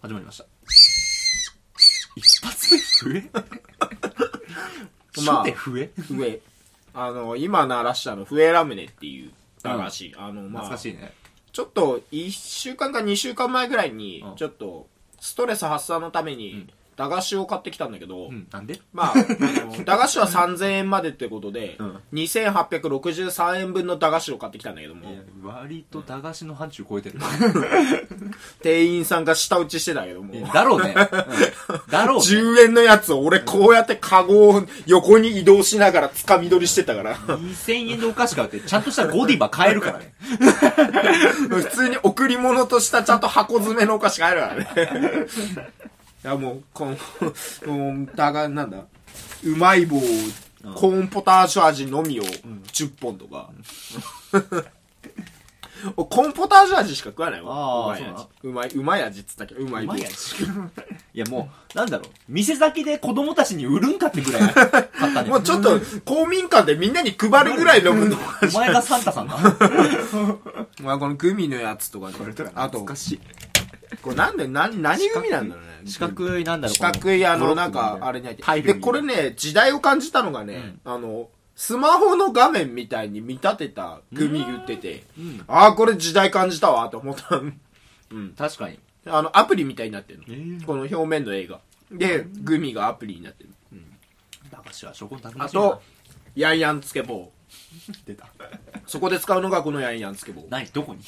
始まりました一発目笛まあ初手笛、笛。あの、今鳴らしたの、笛ラムネっていう駄菓子。あの、ま懐あか、しいねちょっと、1週間か2週間前ぐらいにうん、ちょっと、ストレス発散のためんに、駄菓子を買ってきたんだけど、うんなんでまあ、あの駄菓子は3000円までってことで、うん2863円分の駄菓子を買ってきたんだけども、割と駄菓子の範疇超えてる店員さんが舌打ちしてたけども、 だろうね、うんだろうね10円のやつを俺こうやってカゴを横に移動しながら掴み取りしてたから、 2000円でお菓子買うってちゃんとしたゴディバ買えるから ね普通に贈り物としたちゃんと箱詰めのお菓子がある からね。いやもう、この、もう、だが、なんだ、うまい棒、コーンポタージュ味のみを10本とか。おコーンポタージュ味しか食わないわ。あうまーい味。うまい、うまい味っつったけど、うまい棒。いやいやもうなんだろう店先で子供たちに売るんかってぐらい買ったね もうちょっと、公民館でみんなに配るぐらい飲むの。お前がサンタさんだ まあこのグミのやつとかねあと、しいこれなんで、何、何グミなんだろうね。四角いなんだろう四角いあブロの、ックなんみたかい、あれに入ってタイルみたで、いなこれね、時代を感じたのがね、あの、スマホの画面みたいに見立てたグミ売ってて、んああ、これ時代感じたわ、と思った。 確かにあの、アプリみたいになってるの。ーこの表面の映画。で、グミがアプリになってる。駄菓子は食たくなあしいなと、ヤンヤンつけ棒。出たそこで使うのがこのヤンヤンつけ棒。何どこに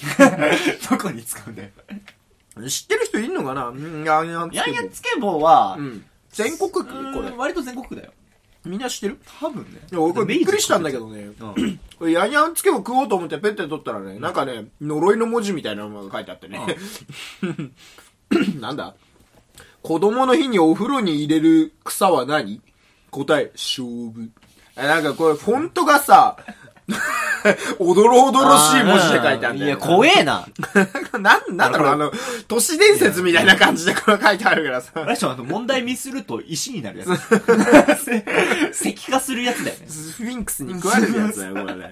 どこに使うんだよ知ってる人いんのかなうんヤンヤンつけや棒。んやつけ棒は、うん。全国区これうん。割と全国区だよみんな知ってる多分ねいや、俺これびっくりしたんだけどね。うんこれヤンヤンつけ棒食おうと思ってペッて取ったらね、なんかね、呪いの文字みたいなのが書いてあ ってね。なんだ 子供の日にお風呂に入れる草は何答え、勝負。え、なんかこれフォントが さ、おどろおどろしい文字で書いてあるんだよ。いや怖えな なん、なんだろう、あの、都市伝説みたいな感じでこれ書いてあるからあさ。れでしょあの問題ミスると石になるやつ石化するやつだよねスフィンクスに食われるやつだよ、これね。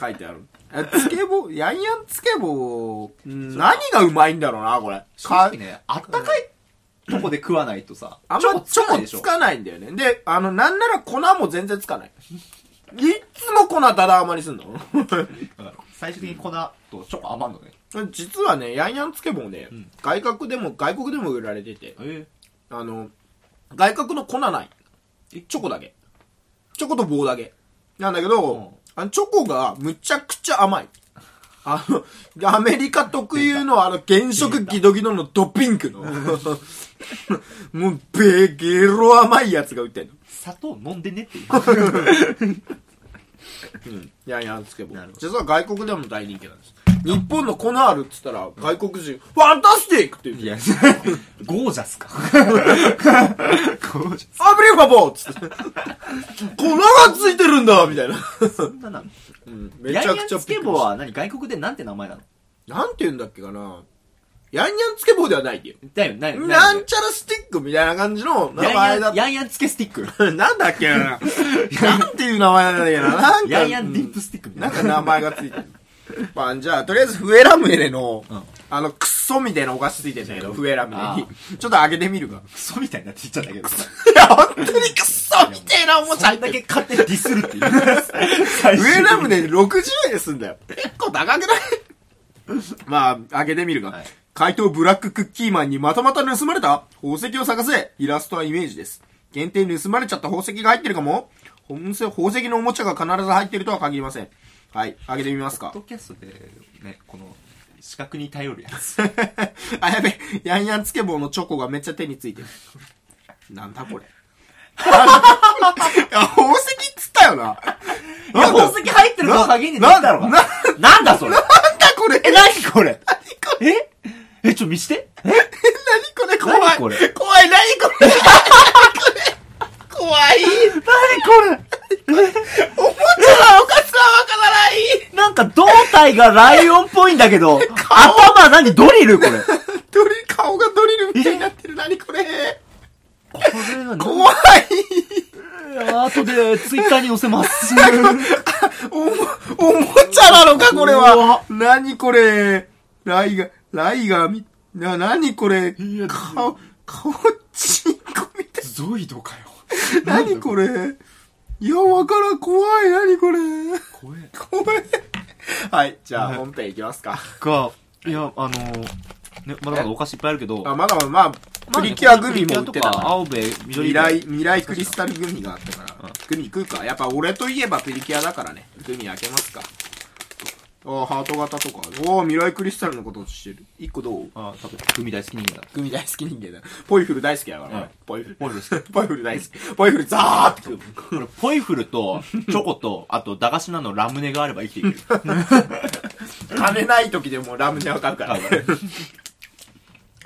書いてある。え、つけ棒、ヤンヤンつけ棒、うん何がうまいんだろうな、これ。正直ねあったかいとこで食わないとさあんチョまコチつかないョコでしょつかないんだよね。で、あの、なんなら粉も全然つかない。いつも粉だだ余りすんの 最終的に粉とチョコ余んのね実はね、ヤンヤンつけ棒ね、ん外国でも、外国でも売られてて、えあの、外国の粉ない。チョコだけ。チョコと棒だけ。なんだけど、うんあのチョコがむちゃくちゃ甘い。あの、アメリカ特有のあの原色ギドギドのドピン クの、もうベゲロ甘いやつが売ってんの。砂糖飲んでねって言ううん。ヤンヤンつけ棒なるほ。実は外国でも大人気なんです。日本の粉あるっつったら、外国人、ファンタスティックって言うて、ゴージャスかゴージャスアブリファボーっ つって、粉がついてるんだみたいな。そんななうん、めめちちゃゃくくちちゃゃびっつくりけした棒は何外国でなんて名前なのなんて言うんだっけかな。ヤンヤンつけ棒ではないんだよ。だよ、ななんちゃらスティックみたいな感じの名前だっヤンヤンつけスティック。た。なんだっけ な。なんていう名前なんだっけな。なんか、ヤンヤンディップスティックみたないんな。か名前がついてる。まあ、じゃあ、とりあえず、フエラムネの、うんあの、クソみたいなお菓子ついてんだけど、フエラムネあに。ちょっとあげてみるか。クソみたいになって言っちゃったけど。そいや、本当 にクソみたいなおもちゃ入んっだてるけ買ってディスるっていう。最終フ的エにラムネ60円ですんだよ。結構高くないまあ、あげてみるか。はい怪盗ブラッククッキーマンにまたまた盗まれた宝石を探せイラストはイメージです。限定に盗まれちゃった宝石が入ってるかも本せ宝石のおもちゃが必ず入ってるとは限りません。はい、あげてみますポッか ド。キャストで、ね、この、視覚に頼るやつ。あ、やべ、ヤンヤンつけ棒のチョコがめっちゃ手についてる。なんだ これ。いや宝石っつったよな。いや、宝石入ってるとは限りねえだろうがななんだそれなんだこれえ、なにこれええ、ちょ、見して。 何これ怖い何これ怖い何これ 何これ怖いなにこおもちゃはおかずはわからないれなんか胴体がライオンっぽいんだけど、頭何ドリルこれ。ドリ顔がドリルみたいになってる何これこれは怖い後でツイッターに載せます。おも、おもちゃなのかこれ怖は何これライガー、ライガーみ、な、なにこれいや、顔、顔ちんこみた い。ゾイドかよ。なにこれいや、わからん、怖い、なにこれ怖え。怖い。はい、じゃはあい本編いきますか。か、いや、あのね、まだまだお菓子いっぱいあるけど、あ、まだまだ、まあ、まあプねリキュアグミも売っプてたリキュアとかから。青べ、緑未べ。来、未来クリスタルグミがあったかうんら。グミ食うか。やっぱ俺といえばプリキュアだからね。グミ開けますか。あハート型とか。おー、未来クリスタルのことしてる。一個どうあ、食べて。グミ大好き人間だ。グミ大好き人間だ。ポイフル大好きだから、うん俺ポイフル。ポイフル好 ポイフル大好き。ポイフルザーって食う。これ、ポイフルと、チョコと、あと、駄菓子なのラムネがあれば生きてい ける。金ない時でもラムネわかるから。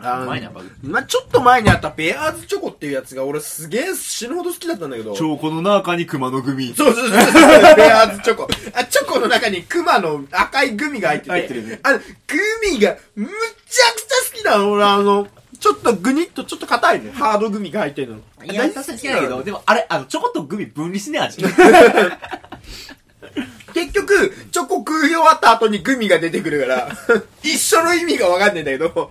あのうまいなバグまあちょっと前にあったベアーズチョコっていうやつが俺すげえ死ぬほど好きだったんだけど。そう証拠の中に熊のグミ。そ うそうそう。ベアーズチョコ。あ、チョコの中にクマの赤いグミが入ってて。入ってるねあの、グミがむちゃくちゃ好きなの。俺あの、ちょっとグニッとちょっと硬いね。ハードグミが入ってるの。いや、確かにだけど、でも、あれ、あの、チョコとグミ分離しねえ味。結局、チョコ食い終わった後にグミが出てくるから、 一緒の意味がわかんないんだけど、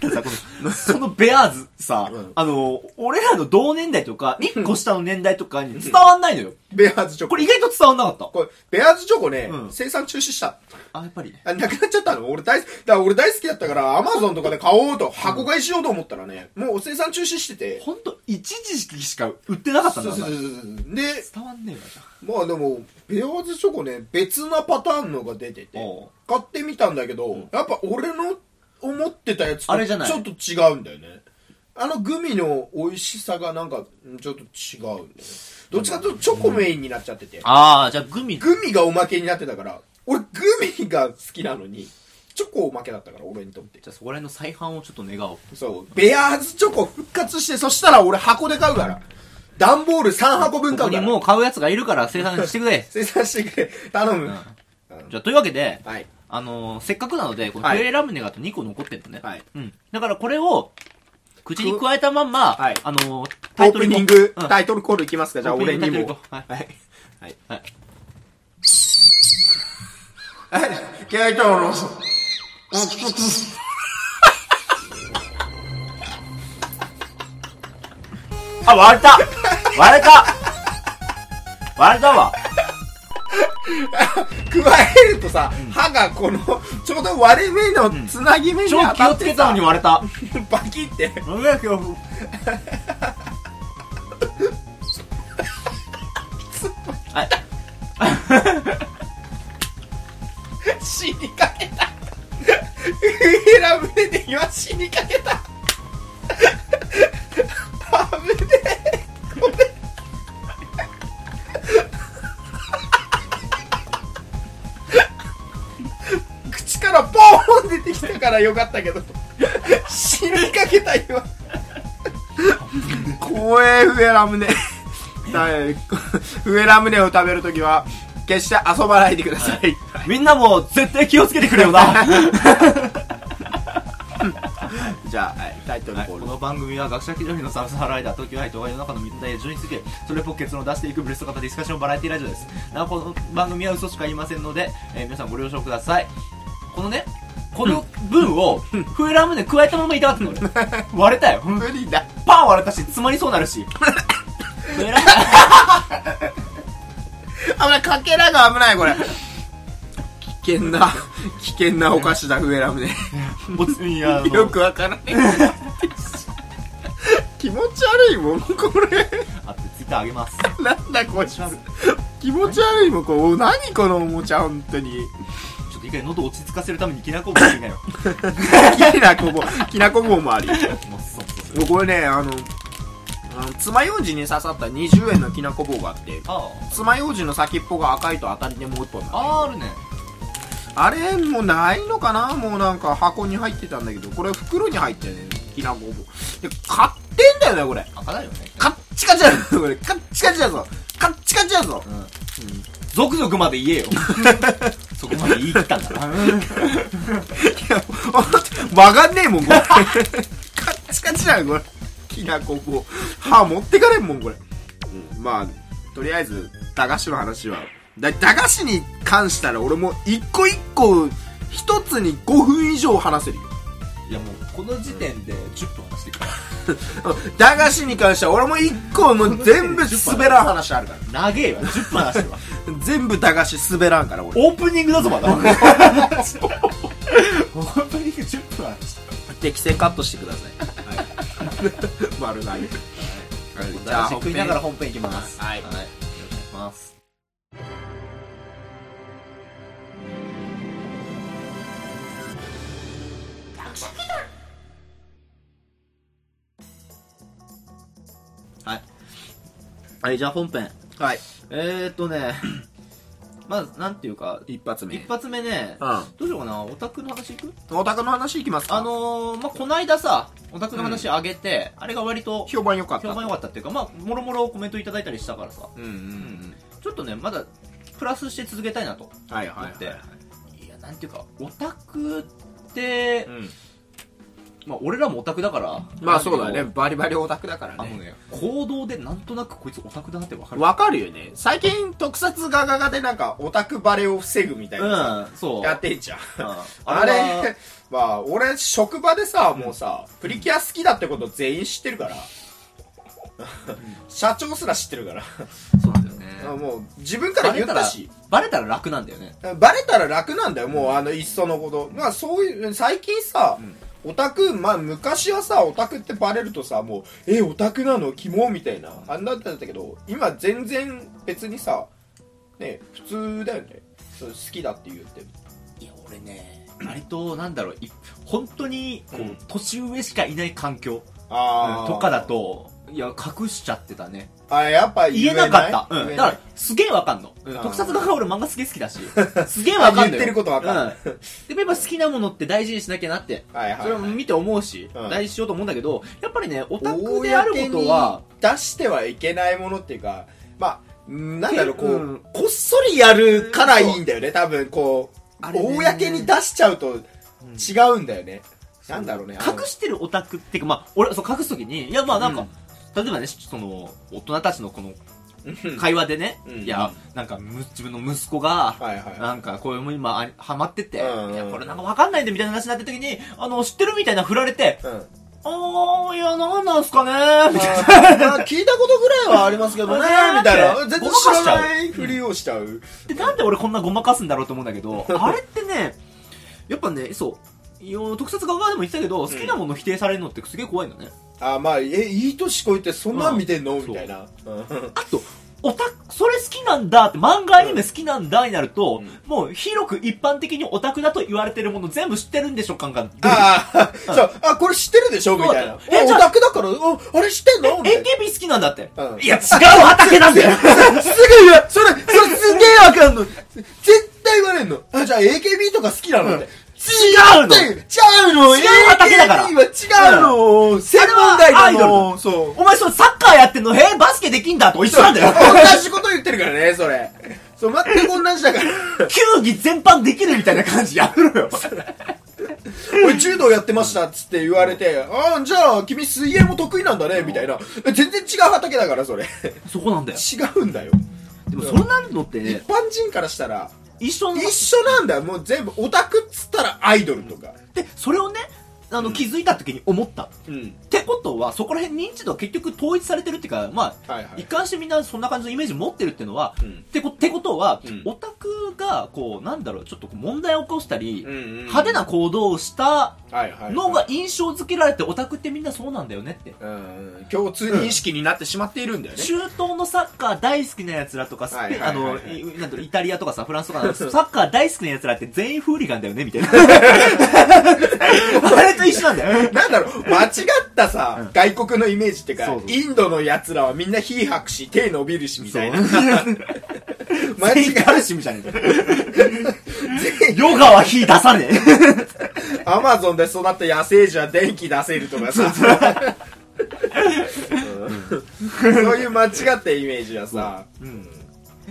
たださこのそのベアーズさ、うんあの、俺らの同年代とか、一個下の年代とかに伝わんないのよ。ベアーズチョコ。これ意外と伝わんなかった。これ、ベアーズチョコね、うん生産中止した。あ、やっぱり。あなくなっちゃったの俺大好き、だから俺大好きだったから、アマゾンとかで買おうと、箱買いしようと思ったらね、もう生産中止してて。ほんと、一時期しか売ってなかったそんうだそうそうそうで、伝わんねえわ、じゃまあでも、ベアーズチョコね、別なパターンのが出てておう、買ってみたんだけど、やっぱ俺の思ってたやつとあれじゃないちょっと違うんだよね。あのグミの美味しさがなんか、うんちょっと違うんだよね。どっちかというとチョコメインになっちゃってて、あ。あー、じゃあグミ。グミがおまけになってたから、俺グミが好きなのに、チョコおまけだったから、俺にとって。じゃあそこら辺の再販をちょっと願おう。そう、ベアーズチョコ復活して、そしたら俺箱で買うから。段ボール3箱ここ分買うかにら。。もう買うやつがいるから生産してくれ生産してくれ。頼む。じゃあ、というわけで、はい。あのー、せっかくなので、このはクいエラムネがあと2個残ってるのね。はい。うん。だからこれを、口に加えたまんま、はいあのー、オープニング、うんタイトルコールいきますかじゃあオープニ俺ングにタイトルもいこ。うはいはい。はい。ケイトの、あ、割れた割れた割れたわ加えるとさ、歯がこの、ちょうど割れ目のつなぎ目に超当気たをっつてけたさのに、割れた。 バキって。なんだよ、今日。はい。死にかけた。ウエラムネで今死にかけた。危ねえ。これ。口からボーン出てきたからよかったけど。死にかけた今。怖え、ウエラムネ。だいウエラムネを食べるときは、決して遊ばないでくださいみんなも絶対気をつけてくれよ な。じゃあ、はい、タイトルはいコこール。の番組は学者気取りのサブサハライダー東京愛と愛の中のみんなで順位付けそれっぽく結論を出していくブレスト型ディスカッションバラエティラジオですなおこの番組は嘘しか言いませんので、えー皆さんご了承くださいこのねこの分をフエラムネ加えたまま言いたかったの俺割れたよ無理だ。パン割れたし詰まりそうなるしフエラム危ない、かけらが危ない、これ。危 険な、危険なお菓子だ、ウエラムね。ネ ボツいやあのよくわからない。気持ち悪いもん、これ。あってツイッターあげますなんだ、こいつちょっと。気持ち悪いもん、これ。何このおもちゃ、本当に。一回喉落ち着かせるためにきなこ棒いいなよき なこ棒、きなこ棒もあり。もうそうそうそうもうこれね、あの、あの爪楊枝に刺さった20円のきなこ棒があって、あ爪楊枝の先っぽが赤いと当たりでもう一本なああああるねあれもうないのかなもうなんか箱に入ってたんだけど、これ袋に入ってね、きなこ棒。で、買ってんだよね、これ。赤だよねカッチカチだよ、これ。カッチカチだぞ。カッチカチだぞ。 うんゾクゾクまで言えよ。 そこまで言い切ったんだから。いや、ほんと曲がんねえもん、これ。 カッチカチだよ、これ。きなこ棒。歯持ってかれんもん、これ。うん、まあ、とりあえず、駄菓子の話は。だ、駄菓子に関したら俺も一個一個、一つに5分以上話せるよ。いやもうこの時点で10分話してく駄菓子に関しては俺も一個もう全部滑らん話あるからら長えわ10分話してるわ全部駄菓子滑らんから俺 オープニングだぞ まだオープニング10分話して適正カットしてください、 丸投げ、じゃあ食いながら本編いきますはいはい、お願いしますはい、はい、じゃあ本編はいえー、っとね まあなんていうか一発目一発目ねうどうしようかなオタクの話いくんお宅の話いきますかあのー、まあこないださオタクの話あげて、あれが割と評判良かった評判良かったっていうかまあもろもろコメントいただいたりしたからさうんうんうんちょっとねまだプラスして続けたいなとはいはい思って、、はいやなんていうかオタクってい、うんまあ俺らもオタクだからまあそうだねなんけバリバリオタクだからどあのねね行動でなんとなくこいつオタクだなってわかるわかるよね最近特撮画画でなんかオタクバレを防ぐみたいなさうんそうやってんじゃんうんあれは まあ俺職場でさもうさプリキュア好きだってこと全員知ってるから社長すら知ってるからそうなんだよねあもう自分から言ったしバレたら楽なんだよねバレたら楽なんだよもうあのいっそのことまあそういう最近さ、オタクまあ昔はさオタクってバレるとさもうえオタクなのキモみたいなあんなだったんだけど今全然別にさね普通だよねそう好きだって言っていや俺ね割となんだろうい本当にこう、うん年上しかいない環境あーとかだといや隠しちゃってたねあやっぱ言言ええななかった、いうん、言えだなかいらすげえわかんの、うん特撮だから俺漫画すげえ好きだしすげえわかんのよ言ってることわかんうん、でもやっぱ好きなものって大事にしなきゃなってはいはいそれも見て思うし、う大ん事にしようと思うんだけどやっぱりねオタクであることは公に出してはいけないものっていうかまあなんだろうこう、うんこっそりやるからいいんだよね多分こうあれね公に出しちゃうと違うんだよね、なんだろうねあの隠してるオタクっていうかまあ俺そう隠すときにいやまあなんか、例えばねその大人たちのこのうん会話でね、うんいやなんかむ自分の息子が、はいはいなんかこれも今あハマってて、うんうんいやこれなんかわかんないんでみたいな話になった時にあの知ってるみたいな振られてうんあーいやなんなんすかねみたいなまあ聞いたことぐらいはありますけどね、みあれたいだ。っなて全然ごまか知らしちゃうないふりをしちゃう。でなんで俺こんなごまかすんだろうと思うんだけどあれってねやっぱねそういや特撮側でも言ってたけど好きなもの否定されるのってすげえ怖いんだね、あ、まあ、え、いい年こいてそんなん見てんのんみたいな。うんあとオタクそれ好きなんだって漫画アニメ好きなんだになると、うもう広く一般的にオタクだと言われてるもの全部知ってるんでしょ感が出てくるああ、 そう、あ、これ知ってるでしょみたいそな。うだよええ、じオゃあタクだから、おあれ知ってんのみたいな AKB 好きなんだって、うんいや違う畑なんだよすぐ言うそれ、それすげえわかんの絶対言われんのあ、じゃあ AKB とか好きなのって。違うの違うの違う畑だから AKB は違うの専門外あれなはのそう。お前それサッカーやってんのへえバスケできんだと一緒なんだよ同じこと言ってるからね、それ。そう、全く同じだから。 球技全般できるみたいな感じやめろよ。俺柔道やってましたっつって言われて、ああ、じゃあ君水泳も得意なんだね、みたいな。え全然違う畑だから、それ。そこなんだよ。違うんだよ。でもそんなのって一ね、般人からしたら、一緒の一緒なんだよ。もう全部、オタクっつったらアイドルとか。で、それをね、あの、気づいた時に思った。っうん。てことは、そこら辺認知度は結局統一されてるっていうか、まあ、はいはい一貫してみんなそんな感じのイメージ持ってるっていうのは、うんってこってことは、うんオタクが、こう、なんだろう、ちょっとこう問題を起こしたり、うんうん派手な行動をしたはいはいはいのが印象付けられて、オタクってみんなそうなんだよねって。うん共通認識になってしまっているんだよね、中東のサッカー大好きな奴らとか、スペイン、はあいはいはいの、はいいなんだろうイタリアとかさ、フランスとかの、 サッカー大好きな奴らって全員フーリガンだよね、みたいな。あれと一緒なん だよ。なんだろう間違ったさ、外国のイメージってかそうそうインドのやつらはみんな火吐くし手伸びるしみたいな 間違全員えカルシムじゃねえか。ヨガは火出さねえ。アマゾンで育った野生児は電気出せるとかさうんそういう間違ったイメージはさ、うん。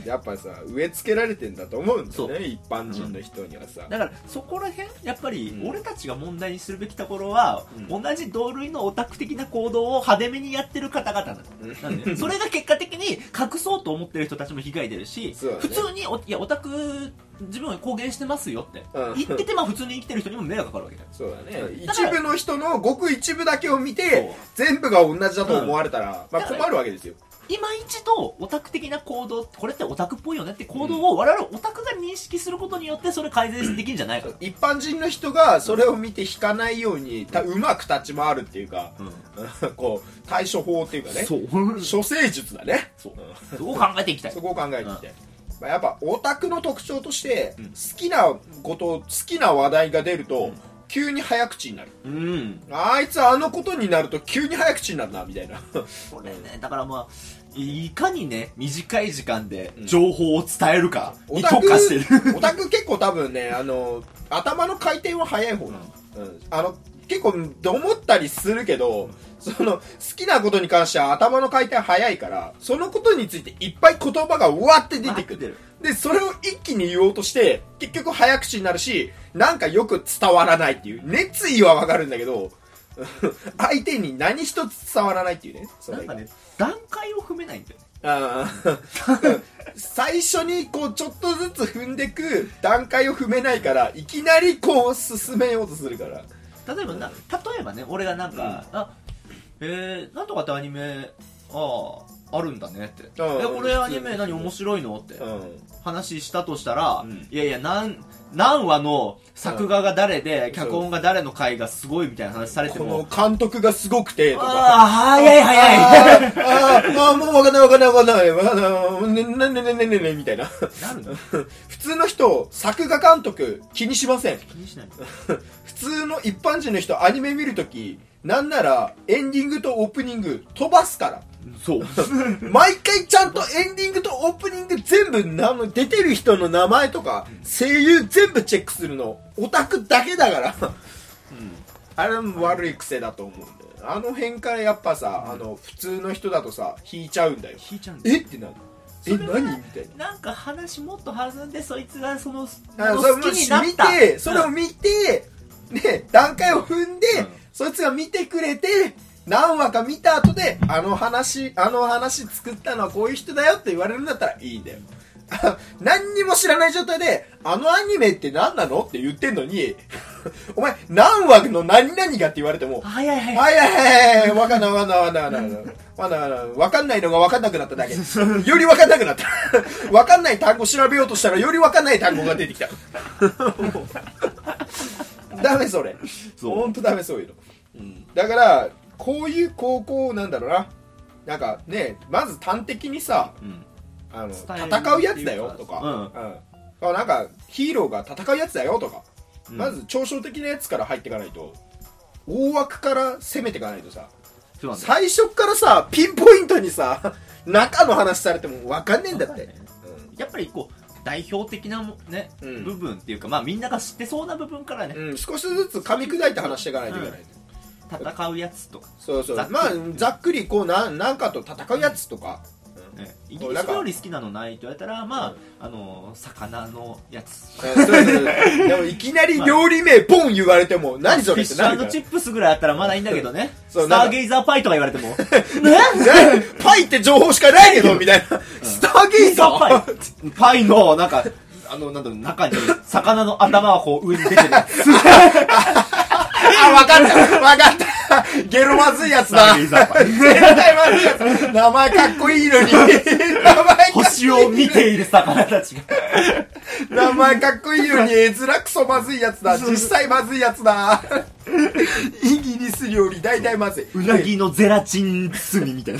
やっぱさ植え付けられてんだと思うんだそよね一般人の人にはさ、だからそこら辺やっぱりうん俺たちが問題にするべきところは、う同じ同類のオタク的な行動を派手めにやってる方々なのうんなんでそれが結果的に隠そうと思ってる人たちも被害出るし、そうだね普通においやオタク自分は公言してますよって、うん言っててまあ普通に生きてる人にも迷惑かかるわけだよそうだねだか一ら部の人のごく一部だけを見て全部が同じだと思われたら、まあ、だから困るわけですよ今一度オタク的な行動これってオタクっぽいよねって行動を我々オタクが認識することによってそれ改善できるんじゃないかな、一般人の人がそれを見て引かないようにたうまく立ち回るっていうか、 こう対処法っていうかねそう処世術だねそうそこを考えていきたいそこを考えてきて、まあ、やっぱオタクの特徴としてうん好きなこと好きな話題が出ると、うん急に早口になるうんあいつあのことになると急に早口になるなみたいなこれねだからまあいいかにね短い時間でうん情報を伝えるかオにタ特ク化してる、 オタク結構多分ねあの頭の回転は早い方なの,、うん、あの結構思ったりするけどその好きなことに関しては頭の回転早いからそのことについていっぱい言葉がわって出てくるるで、それを一気に言おうとして、結局早口になるし、なんかよく伝わらないっていう。熱意はわかるんだけど、 相手に何一つ伝わらないっていうね。そなんれかね段階を踏めないんだよねあー最初にこうちょっとずつ踏んでく段階を踏めないから、いきなりこう進めようとするから。例えばな、例えばね、俺がなんか、あ、えー、なんとかってアニメ、ああ、あるんだねって。え、うんこれアニうメん何面白いのってうん。話したとしたら、うんいやいや、何、何話の作画が誰で、ん脚本が誰の回がすごいみたいな話されてこもの、監督がすごくて、とか。ああ、早い早いい。あーあー、もうわかんないわかんないわかんない。わかんない。ねねねねねねねみたいな。なるの普通の人、作画監督気にしません。気にしないの普通の一般人の人、アニメ見るとき、なんならエンディングとオープニング飛ばすから。 そう。毎回ちゃんとエンディングとオープニング全部なの、出てる人の名前とか、声優全部チェックするの、オタクだけだから。 あれも悪い癖だと思うんだよ。あの辺からやっぱさ、あの、普通の人だとさ、引いちゃうんだよ。引いちゃうんだよえってなる。え、それは何みたいな。なんか話もっと弾んで、そいつがその、あそのそれを好きになった。見て、それを見て、ね、段階を踏んで、うんそいつが見てくれて、何話か見た後で、あの話、あの話作ったのはこういう人だよって言われるんだったらいいんだよ。 あ何にも知らない状態で、あのアニメって何なのって言ってんのに、 お前、何話の何々がって言われても、早い早い。はいはいはいはい、わかんないわかんないわかんないわかんない。わかんないわかんないのがわかんなくなっただけ。よりわかんなくなった。わかんない単語調べようとしたらよりわかんない単語が出てきた。ダメそれ。そうほんとダメそういうの。だから、こういう高校なんだろうな。なんかね、まず端的にさ、うんあの伝える戦うやつだよとか、うんあなんかヒーローが戦うやつだよとか、うんまず嘲笑的なやつから入っていかないと大枠から攻めていかないとさそうなんだよ最初からさピンポイントにさ 中の話されても分かんねえんだっわかんてないやっぱりこう代表的なもね、うん部分っていうか、まあ、みんなが知ってそうな部分からねう、ん、うん少しずつ噛み砕いて話していかないといけない、戦うやつとか、そうそうざっくりまあざっくりこうななんかと戦うやつとか、うんね、イギリス料理好きなのないって言われたら、まあ、あの魚のやつそうそうそうでもいきなり料理名ポン言われても何そフィれッってシなるかュらチップスぐらいあったらまだいいんだけどね そうスタなーんかゲイザーパイとか言われて もねね パイって情報しかないけど、みたいな。スターゲイザパーイパイのなんかあのなんだろう中に魚の頭がこう上に出 てるやつスあ、わかったわかったゲロまずいやつタだーゲイザーパイ絶対まずいやつ名前かっこいいのに。名前か星を見ている魚たちが名前かっこいいのに、絵面クソまずいやつだ実際まずいやつだイギリス料理大体まずい。うなぎのゼラチン包みみたい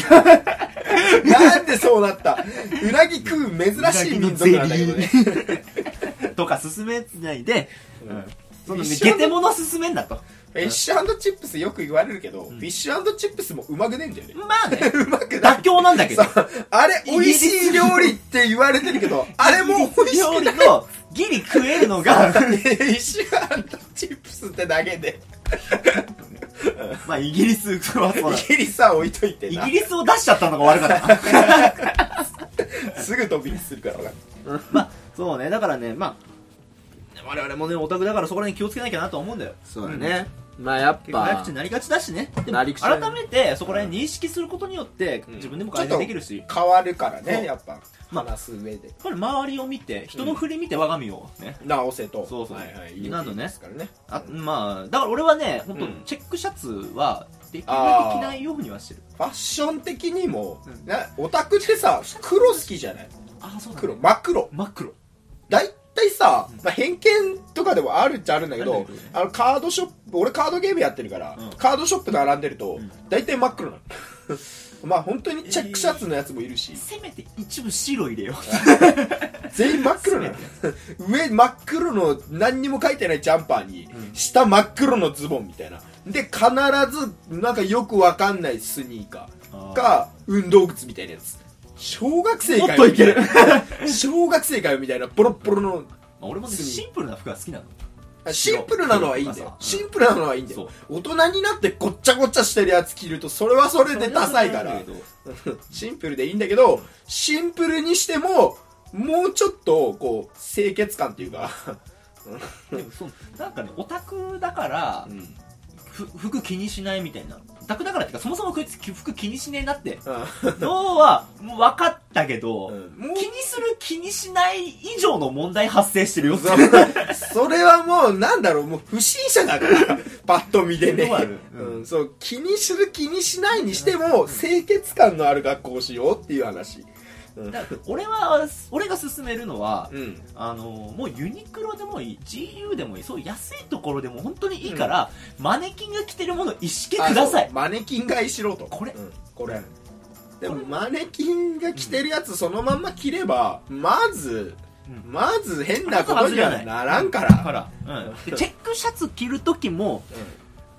な なんでそうなったうなぎ食う珍しい民族なんだけどね。とか進めないで、うん、そのね一緒ゲのテモノ進めんなとフィッシュチップスよく言われるけど、フィッシュチップスもうまくねえんだよね。まあね うまくない。妥協なんだけどさあれ美味しい料理って言われてるけど、あれも美味し料くな理い。のギリ食えるの が石原とチップスってだけで。まあイギリスはそうだ イギリスは置いといてイな ギ。リスを出しちゃったのが悪かったなそすぐ飛び火するから分かるまあそうねだからねまあ我々もねオタクだからそこら辺気をつけなきゃなとは思うんだよそうだんね、まあやっ結構早ぱ口になりがちだしねでもなり口だ改ねめてそこら辺認識することによってうん自分でも改善できるし、やっ変わるからそうねやっぱまあ話す上で、ぱり周りを見て人の振り見て我が身をね、直せとそうそうはいはい、なのねですからねあまあだから俺はね本当うんチェックシャツはできるだあけー着ないようにはしてるファッション的にも、うんなオタクってさ黒好きじゃないああそうだ、ね、黒真っ黒真っ黒大体さ、うんまあ、偏見とかでもあるっちゃあるんだけあるんどだけどねあのカードショップ俺カードゲームやってるから、うんカードショップ並んでると、ん大体真っ黒なの まあ本当にチェックシャツのやつもいるし、せめて一部白入れよう全員真っ黒なの上真っ黒の何にも書いてないジャンパーに、うん下真っ黒のズボンみたいなで必ずなんかよくわかんないスニーカーか運動靴みたいなやつ小学生かよもっといける 小学生かよみたいなボロッボロのまあ俺もねすぐシンプルな服が好きなのシンプルなのはいいんだよ。白シンプルなのはいいんだよ。大人になってごっちゃごっちゃしてるやつ着ると、それはそれでダサいから。シンプルでいいんだけど、シンプルにしても、もうちょっと、こう、清潔感っていうか、でもそうなんかねオタクだから うんふ服気にしないみたいなオタクだからっていうかそもそもこいつ服気にしねえな ってのはもう分かったけど、うん気にする気にしない以上の問題発生してるよってそれはもう、なんだろう、もう不審者だから、パッと見でねそうある。うんうんそう、気にする気にしないにしても、清潔感のある学校をしようっていう話。うんだから俺は俺が勧めるのは、うん。あのもうユニクロでもいい GU でもいいそういう安いところでも本当にいいから、マネキンが着てるもの一式くださあいそうマネキン買いしろとこれうんこれでもマネキンが着てるやつそのまんま着ればまず、うまず変なことにはならんか、からら、うん、でチェックシャツ着る時も、うん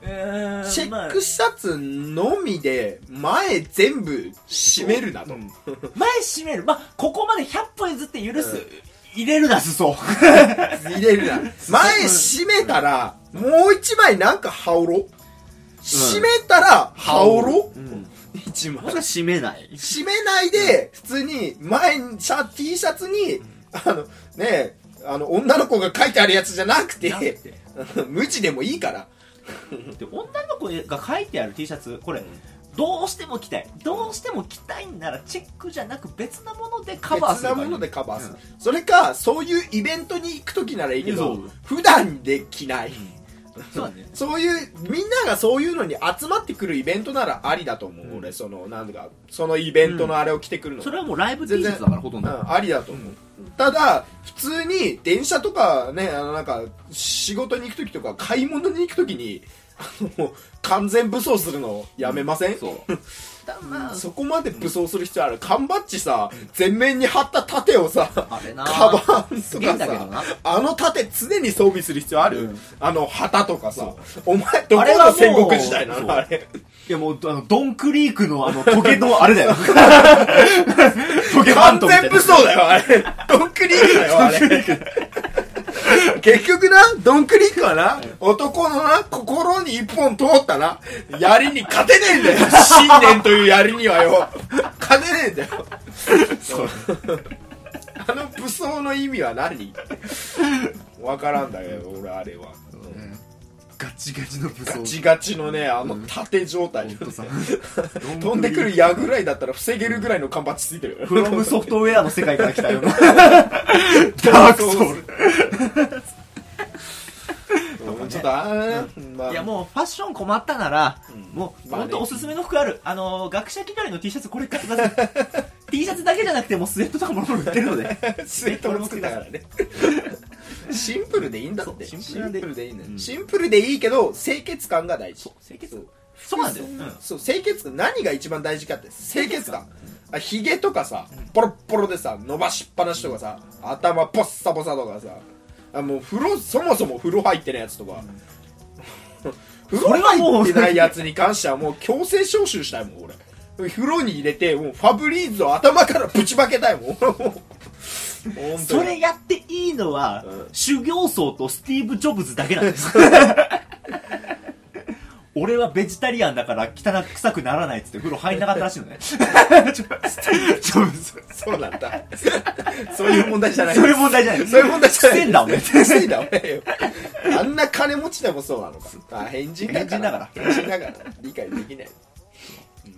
チェッまクシャツのみで前全部閉めるなと、うんあ前閉めるまあここまで100歩譲って許す、うん入れるな裾入れ るな前閉めたらもう一枚なんか羽織ろう閉めたら羽織ろう、うん一枚もしくは閉めない締めないで、普通に、前に、シャ、T シャツに、あの、ねえ、あの、女の子が書いてあるやつじゃなくなくて、て 無地でもいいから。で女の子が書いてある T シャツこれ、どうしても着たいどうしても着たいんならチェックじゃなく別なものでカバーす別るなものでカバーする。それか、そういうイベントに行くときならいいけそどう、普段で着ない。そうだねそういう、みんながそういうのに集まってくるイベントならありだと思う。うん俺、その、なんだか、そのイベントのあれを着てくるの。それはもうライブ T シャツだからほとんど、うんありだと思う、ただ普通に電車とかねあのなんか仕事に行く時とか買い物に行く時にあの完全武装するのやめません、そうだまあそこまで武装する必要ある缶バッジさ全面に貼った盾をさあれなカバンとかすげえんだけどなさあの盾常に装備する必要ある、うんあの旗とかさお前どこあれはものう戦国時代なそうのあれいやもうあのドンクリークのあのトゲのあれ だよトゲ完全武装だよ、あれ。ドンクリークだよ、あれ。結局な、ドンクリークはな、男のな、心に一本通ったな、槍に勝てねえんだよ。信念という槍にはよ。勝てねえんだよ。あの武装の意味は何わからんだけど、俺あれは。ガチガチの武ガチガチのね、あの縦状態。 飛んでくる矢ぐらいだったら防げるぐらいの缶バッチついてる。フロムソフトウェアの世界から来たような ダダーーククソソウウルルうんちょっとあーねまあいやもうファッション困ったなら、うんもうまあね本当おすすめの服ある、あのー学者気取りの T シャツこれ買ってください T シャツだけじゃなくてもうスウェットとかもろもろ売ってるのでスウェットも作ったからね シンプルでいいんだってそシうンシンプルなんでプルでいいねうんシンプルでいいけど清潔感が大事そう清そう潔そうなんだよ、うんそう清潔感何が一番大事かって清潔感あひげとかさポロッポロでさ伸ばしっぱなしとかさ頭ポッサポサとかさあもう風呂そもそも風呂入ってないやつ とか風呂入ってないやつに関してはもう強制招集したいもん俺風呂に入れてもうファブリーズを頭からぶちまけたいもん本当にそれやっていいのは、うん 修行僧とスティーブ・ジョブズだけなんです俺はベジタリアンだから汚く臭くならないっつって風呂入んなかったらしい のねちょちょ そうなんだ。 そういう問題じゃない。 そういう問題じゃないそういう問題じゃない。防いだ 俺防いだ俺よ。あんな金持ちでもそうな のか。あ、変人だから。変変人だから。理解できない。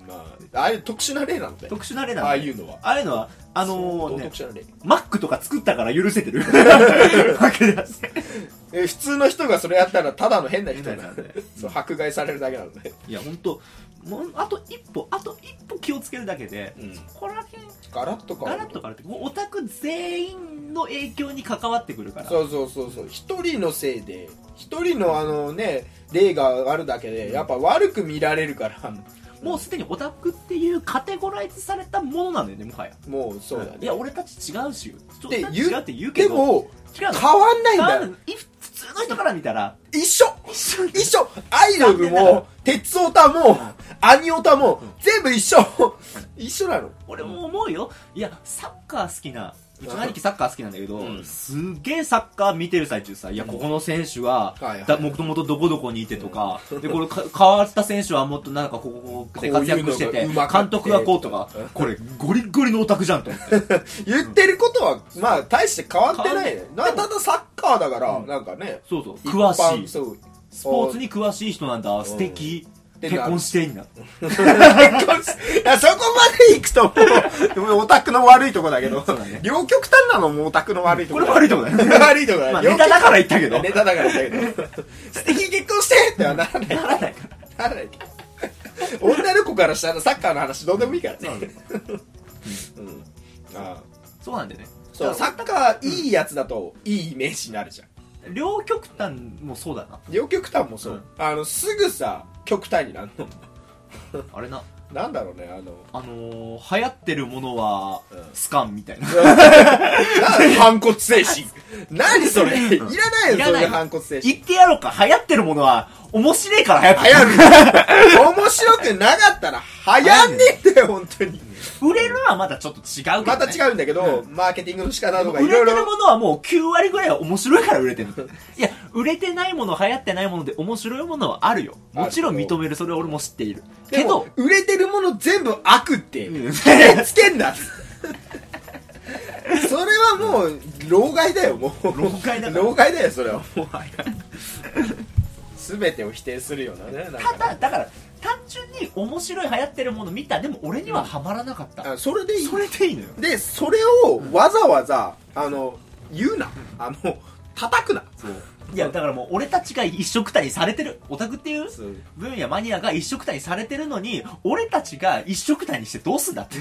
まあ、ああいう特殊な例なんだよ。特殊な例なのああいうのは。ああいうのはあのそうね特殊な例。マックとか作ったから許せて るわけだしえ普通の人がそれやったらただの変な人変ななん人だねで。そう、迫害されるだけなので。いや本当もうあと一歩あと一歩気をつけるだけで、うんそこら辺ガラッと変わガるラッと変わるってもうオタク全員の影響に関わってくるからそうそうそうそう一人のせいで一人のあのね例があるだけでやっぱ悪く見られるからもうすでにオタクっていうカテゴライズされたものなんだよねもはやもうそうだいねや俺たち違うしっ俺てたち言う違うって言うけでども違うの変わんないんだ変わよんないい普通の人から見た ら一緒一緒一緒アイドル残念ながらも鉄オタもアニオタも全部一緒一緒なの俺も思うよいやサッカー好きなうちの兄貴サッカー好きなんだけど、うんすげえサッカー見てる最中さ、いや、ここの選手ははいは、いだもともとどこどこにいてとか、で、これか、変わった選手はもっとなんかここここで活躍してて、こういうのが上手か監って督はこうとか、これ、ゴリッゴリのオタクじゃんと思って。言ってることはまあ大して変わってないね変わなただサッカーだからなんかねそうそう、一詳般しい。そう スポーツに詳しい人なんだ、素敵。で結婚してんな。いや、そこまで行くともう、 でもオタクの悪いとこだけど、だね両極端なのもオタクの悪いとここれだも悪いとこだよね。悪いとこだまあ、両ネ極タだから言ったけど。ネタだからだけど、 素敵に結婚してってはならない。ならないから。ならない。 女の子からしたらサッカーの話どうでもいいからね。うん。ああそうなんだよね。そう、サッカーいいやつだといいイメージになるじゃん。両極端もそうだな。両極端もそう。うんあの、すぐさ、極端になるの。 あれな、なんだろうね、あの、あのー、流行ってるものはうん、スカンみたいな。な反骨精神。 何それいらないいらよ、ないそういう反骨精神。言ってやろうか、流行ってるものは、面白いから流行って流行る面白くなかったら流行んねえんだよ、本当に。る。売れるのはまだちょっと違うけど、ね。またう。違うんだけど、マーケティングの仕方とかい売れろているろ。ものはもう9割ぐらいは面白いから売れてる。いや、売れてないもの、流行ってないもので面白いものはあるよ。もちろん認める、それは俺も知っている。けでもど、、売れてるもの全部悪って、うん決めつけん な。それはもう、老害だよ、もう。老害だから老害だよ、それは。もはや。全てを否定するようなね。なんかただ、だから、単純に面白い流行ってるもの見た。でも俺にはハマらなかった。あそれでいいそれでいいのよ。で、それをわざわざ、あの、言うな。あの、叩くな。いや、だからもう俺たちが一緒くたにされてる。オタクっていうそう 分野マニアが一緒くたにされてるのに、俺たちが一緒くたにしてどうすんだって。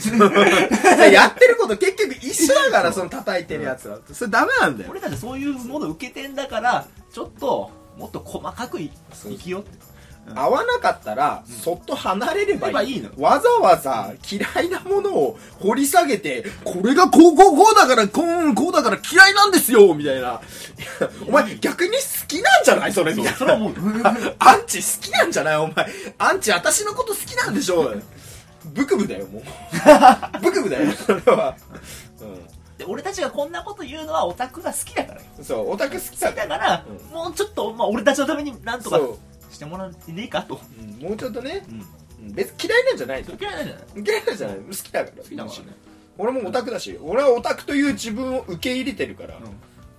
やってること結局一緒だから、その叩いてるやつは。それダメなんだよ。俺たちそういうもの受けてんだから、ちょっと、もっと細かくいそう生きようって。合わなかったら、そっと離れればいいればいいわざわざ嫌いなものを掘り下げて、これがこうこうこうだから、こうこうだから嫌いなんですよみたいな。いやお前逆に好きなんじゃないそれみたいそれなは。もう、 アンチ好きなんじゃないお前。アンチ私のこと好きなんでしょブクブだよ、 もう。ブクブだよ、それは。で俺たちがこんなこと言うのはオタクが好きだからよ。うん。そう、オタク好き好だきかだら。から、うもうちょっと、まあ俺たちのためになんとかそうしてもらえねえかと。うんもうちょっとね、うん。別に嫌いなんじゃないそれ嫌いなんじゃない嫌いなんじゃない好きだから好きだからね。俺もオタクだし、俺はオタクという自分を受け入れてるから、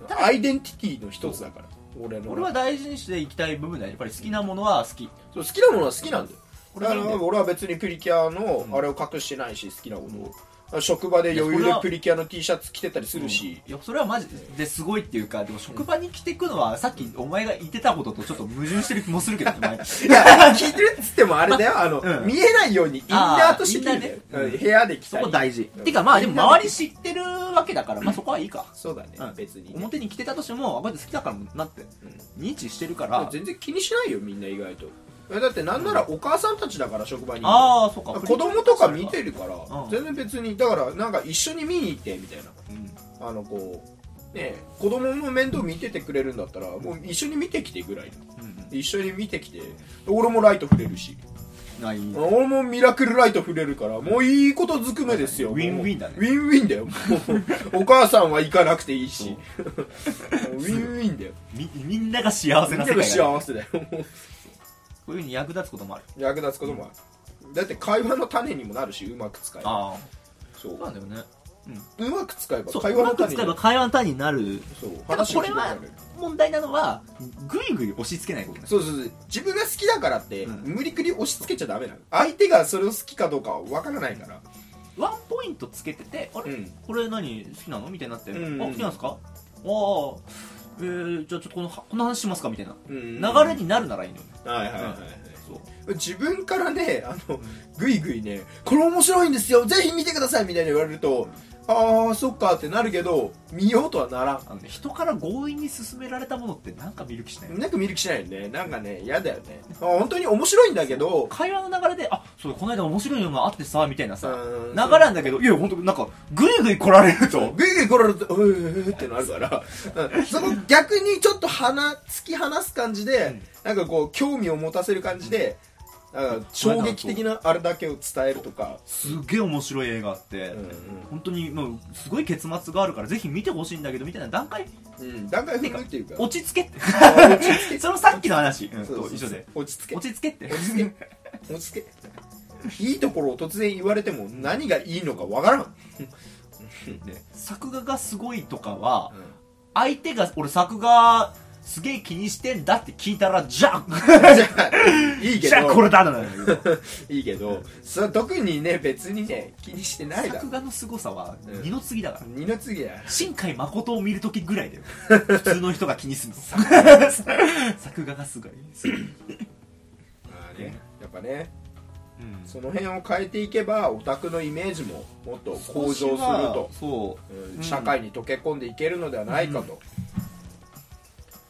ただアイデンティティの一つだから俺の俺は大事にしていきたい部分だよ。やっぱり好きなものは好き。そう好きなものは好きなんだよ俺はだかいいんだよら俺は別にプリキュアのうんあれを隠してないし好きなものを、職場で余裕いやそれではプリキュアの T シャツ着てたりするし、いやそれはマジですごいっていうかでも職場に着てくのはさっきお前が言ってたこととちょっと矛盾してる気もするけどねお前いや聞いてるっつってもあれ だよあの、うん見えないようにインナーとして着るんだよあーインナーねうん部屋で着そたりこ大事うんてかまあでも周り知ってるわけだからまあそこはいいかそうだね、うん別に、表に着てたとしてもあこうやって好きだからもなって認知してるかあら全然気にしないよみんな意外とえだってなんならお母さんたちだから職場にいるああそうか子供とか見てるから、うん全然別にだからなんか一緒に見に行ってみたいうんなあのこうねえ子供の面倒見ててくれるんだったらもう一緒に見てきてぐらいのうん一緒に見てきて俺もライト触れるしあいいね俺もミラクルライト触れるからもういいことずくめですよウィンウィンだねもうウィンウィンだよもうお母さんは行かなくていいしウィンウィンだよみみんなが幸せな世界見てるだよ幸せだよもうこういうふうに役立つこともある役立つこともある。だって会話の種にもなるし、うまく使えば。ああそそうなんだよねう。うまく使えばそう会話のうまく種に使なえばる。会話の単になるそう。ただ話をこれ聞くことはになる。問題なのはぐいぐい押し付けないことねそうそうそう。自分が好きだからって、うん無理くり押し付けちゃダメなの。相手がそれを好きかどうかはわからないから。ワンポイントつけててあれ、うんこれ何好きなのみたいになって、うんあ好きなんですかああえー、じゃあちょっとこのこの話しますかみたいなうん流れになるならいいのよね、はいはいはいはい。そう自分からね、あの、ぐいぐいね、これ面白いんですよ、ぜひ見てくださいみたいに言われると、あー、そっかってなるけど、見ようとはならあのね人から強引に勧められたものってなんか見る気しない、ん。なんか見る気しないよね。なんかね、嫌だよね。あ本当に面白いんだけど、会話の流れで「あそうこの間面白いのがあってさ」みたいなさう流れんなんだけどいや本当なんかぐいぐい来られるとぐいぐい来られると、うーってなるから、 うんその逆にちょっと鼻、突き放す感じで、なんかこう、興味を持たせる感じで、なんか衝撃的なあれだけを伝えるとか、すげえ面白い映画あって、うんうん本当にもうすごい結末があるからぜひ見てほしいんだけどみたいな段階うん、段階踏むっていうか、落ち着けって あ落ち着けそのさっきの話、うんそうそうと一緒で落ち着け。落ち着けって落ち着け落ち着けいいところを突然言われても何がいいのかわからん、で作画がすごいとかは相手が俺作画すげえ気にしてんだって聞いたらじゃあじゃあいいけじゃあこどれだなんだけどいいけどそれは特にね別にね気にしてないだろ作画の凄さはうん二の次だから、二の次だよ新海誠を見るときぐらいだ よ普通の人が気にするの作画がすごい、ねやっぱねうんその辺を変えていけばオタクのイメージももっと向上する少しはと、そううん社会に溶け込んでいけるのではないかと、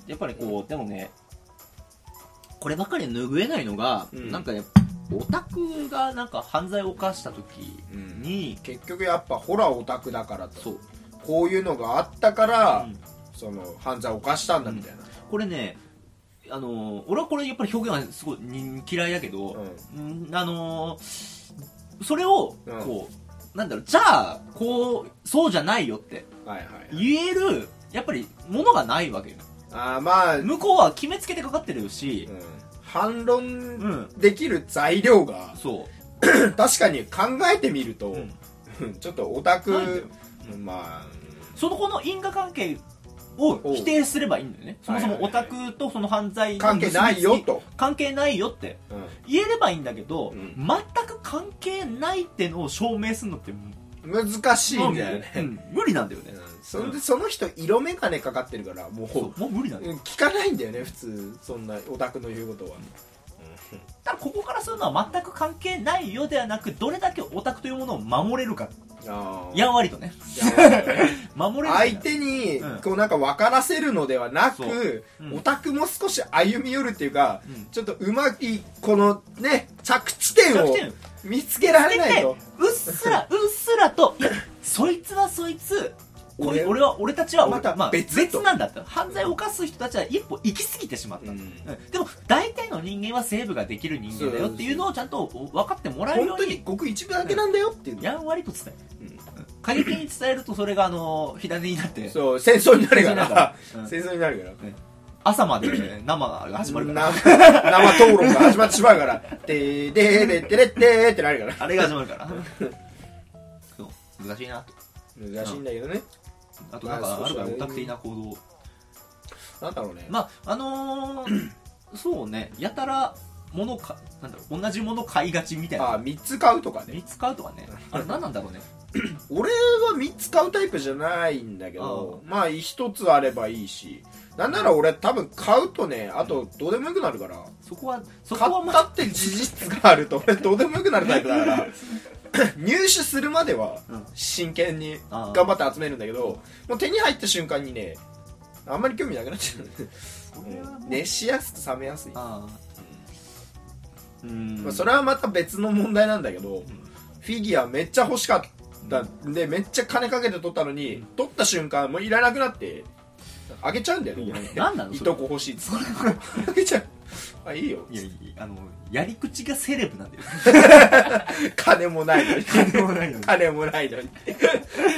やっぱりこうでもねこればっかりは拭えないのが、うんなんかねオタクがなんか犯罪を犯した時に、結局やっぱホラーオタクだからそとう、こういうのがあったから、うんその犯罪を犯したんだみたいな、これねあのー俺はこれやっぱり表現はすごいに嫌いだけど、うんうんあのーそれをうんこう、なんだろうじゃあこうそうじゃないよってはいはいはい、言えるやっぱりものがないわけよあーまあ、うん、向こうは決めつけてかかってるし、反う論ん、できる材料が、 そ確かに考えてみると、う、うんちょっとオタないんだよク、まあ、その子の因果関係を否定すればいいんだよね。そもそもオタクとその犯罪の関係ないよと、関係ないよって言えればいいんだけど、うん全く関係ないってのを証明するのってうん難しいんだよね。うん無理なんだよねう。んそれでその人色眼鏡かかってるからもうそうもう無理なんだよ。うん聞かないんだよね普通そんなオタクの言うことは、ただここからするのは全く関係ないよではなく、どれだけオタクというものを守れるか。あーやんわりとね。やばいね守れるか相手にうんこうなんか分からせるのではなそうく、うんオタクも少し歩み寄るっていうか、うんちょっとうまいこのね着地点弱を点見つけられでないとうっす らうっすらといやそいつはそいつこい俺俺は俺たちは俺またまあ、別となんだった犯罪を犯す人たちは一歩行き過ぎてしまった、うんうんでも大体の人間はセーブができる人間だよっていうのをちゃんと分かってもらえるよ本う当ににごく一部だけなんだよっていう、やんわりと伝えうんる過激に伝えるとそれがあの火種になってそう戦争になるから うん戦争になるから朝までね生が始まるから生 生討論が始まってしまうから「でーでーでーでーでーってなるからあれが始まるから そう難しいなと難しいんだけどねあとなんかあるからまあそうそうオタク的な行動なんだろうね、まああの ー、そうねやたら物かなんだろう同じもの買いがちみたいなあ3つ買うとかね3つ買うとかねあれ何なんだろうね俺は3つ買うタイプじゃないんだけどまあ1つあればいいしなんなら俺多分買うとねあとどうでもよくなるからそこはそ買こはっまたあって事実があると俺どうでもよくなるタイプだから 入手するまではうん真剣にあー頑張って集めるんだけどもう手に入った瞬間にねあんまり興味なくなっちゃそうれはもう熱しやすく冷めやすい、あーうんまあ、それはまた別の問題なんだけど、フィギュアめっちゃ欲しかったんでめっちゃ金かけて取ったのに、取った瞬間もういらなくなってあげちゃうんだよねいやなんなのいそれとこ欲しいっつってあげちゃうあいいよいやいやあのやり口がセレブなんだよ金もない のに金もないのに金もないのに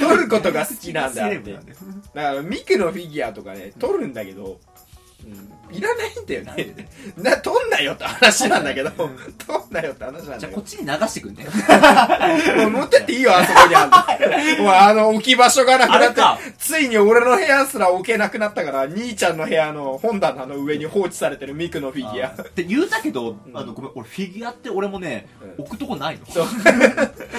取ることが好きなんだやっり口がセレブてなんだよだからミクのフィギュアとかね取るんだけどいらないんだよね。な、取んなよって話なんだけど、取んなよって話なんじゃだあけこっど。ちに流してくんね。もう持ってっていいよ、あそこにあんの。もうあの、置き場所がなくなってあれか、ついに俺の部屋すら置けなくなったから、兄ちゃんの部屋の本棚の上に放置されてるミクのフィギュア。って言うたけど、んあの、ごめん、俺フィギュアって俺もね、うん置くとこないそう。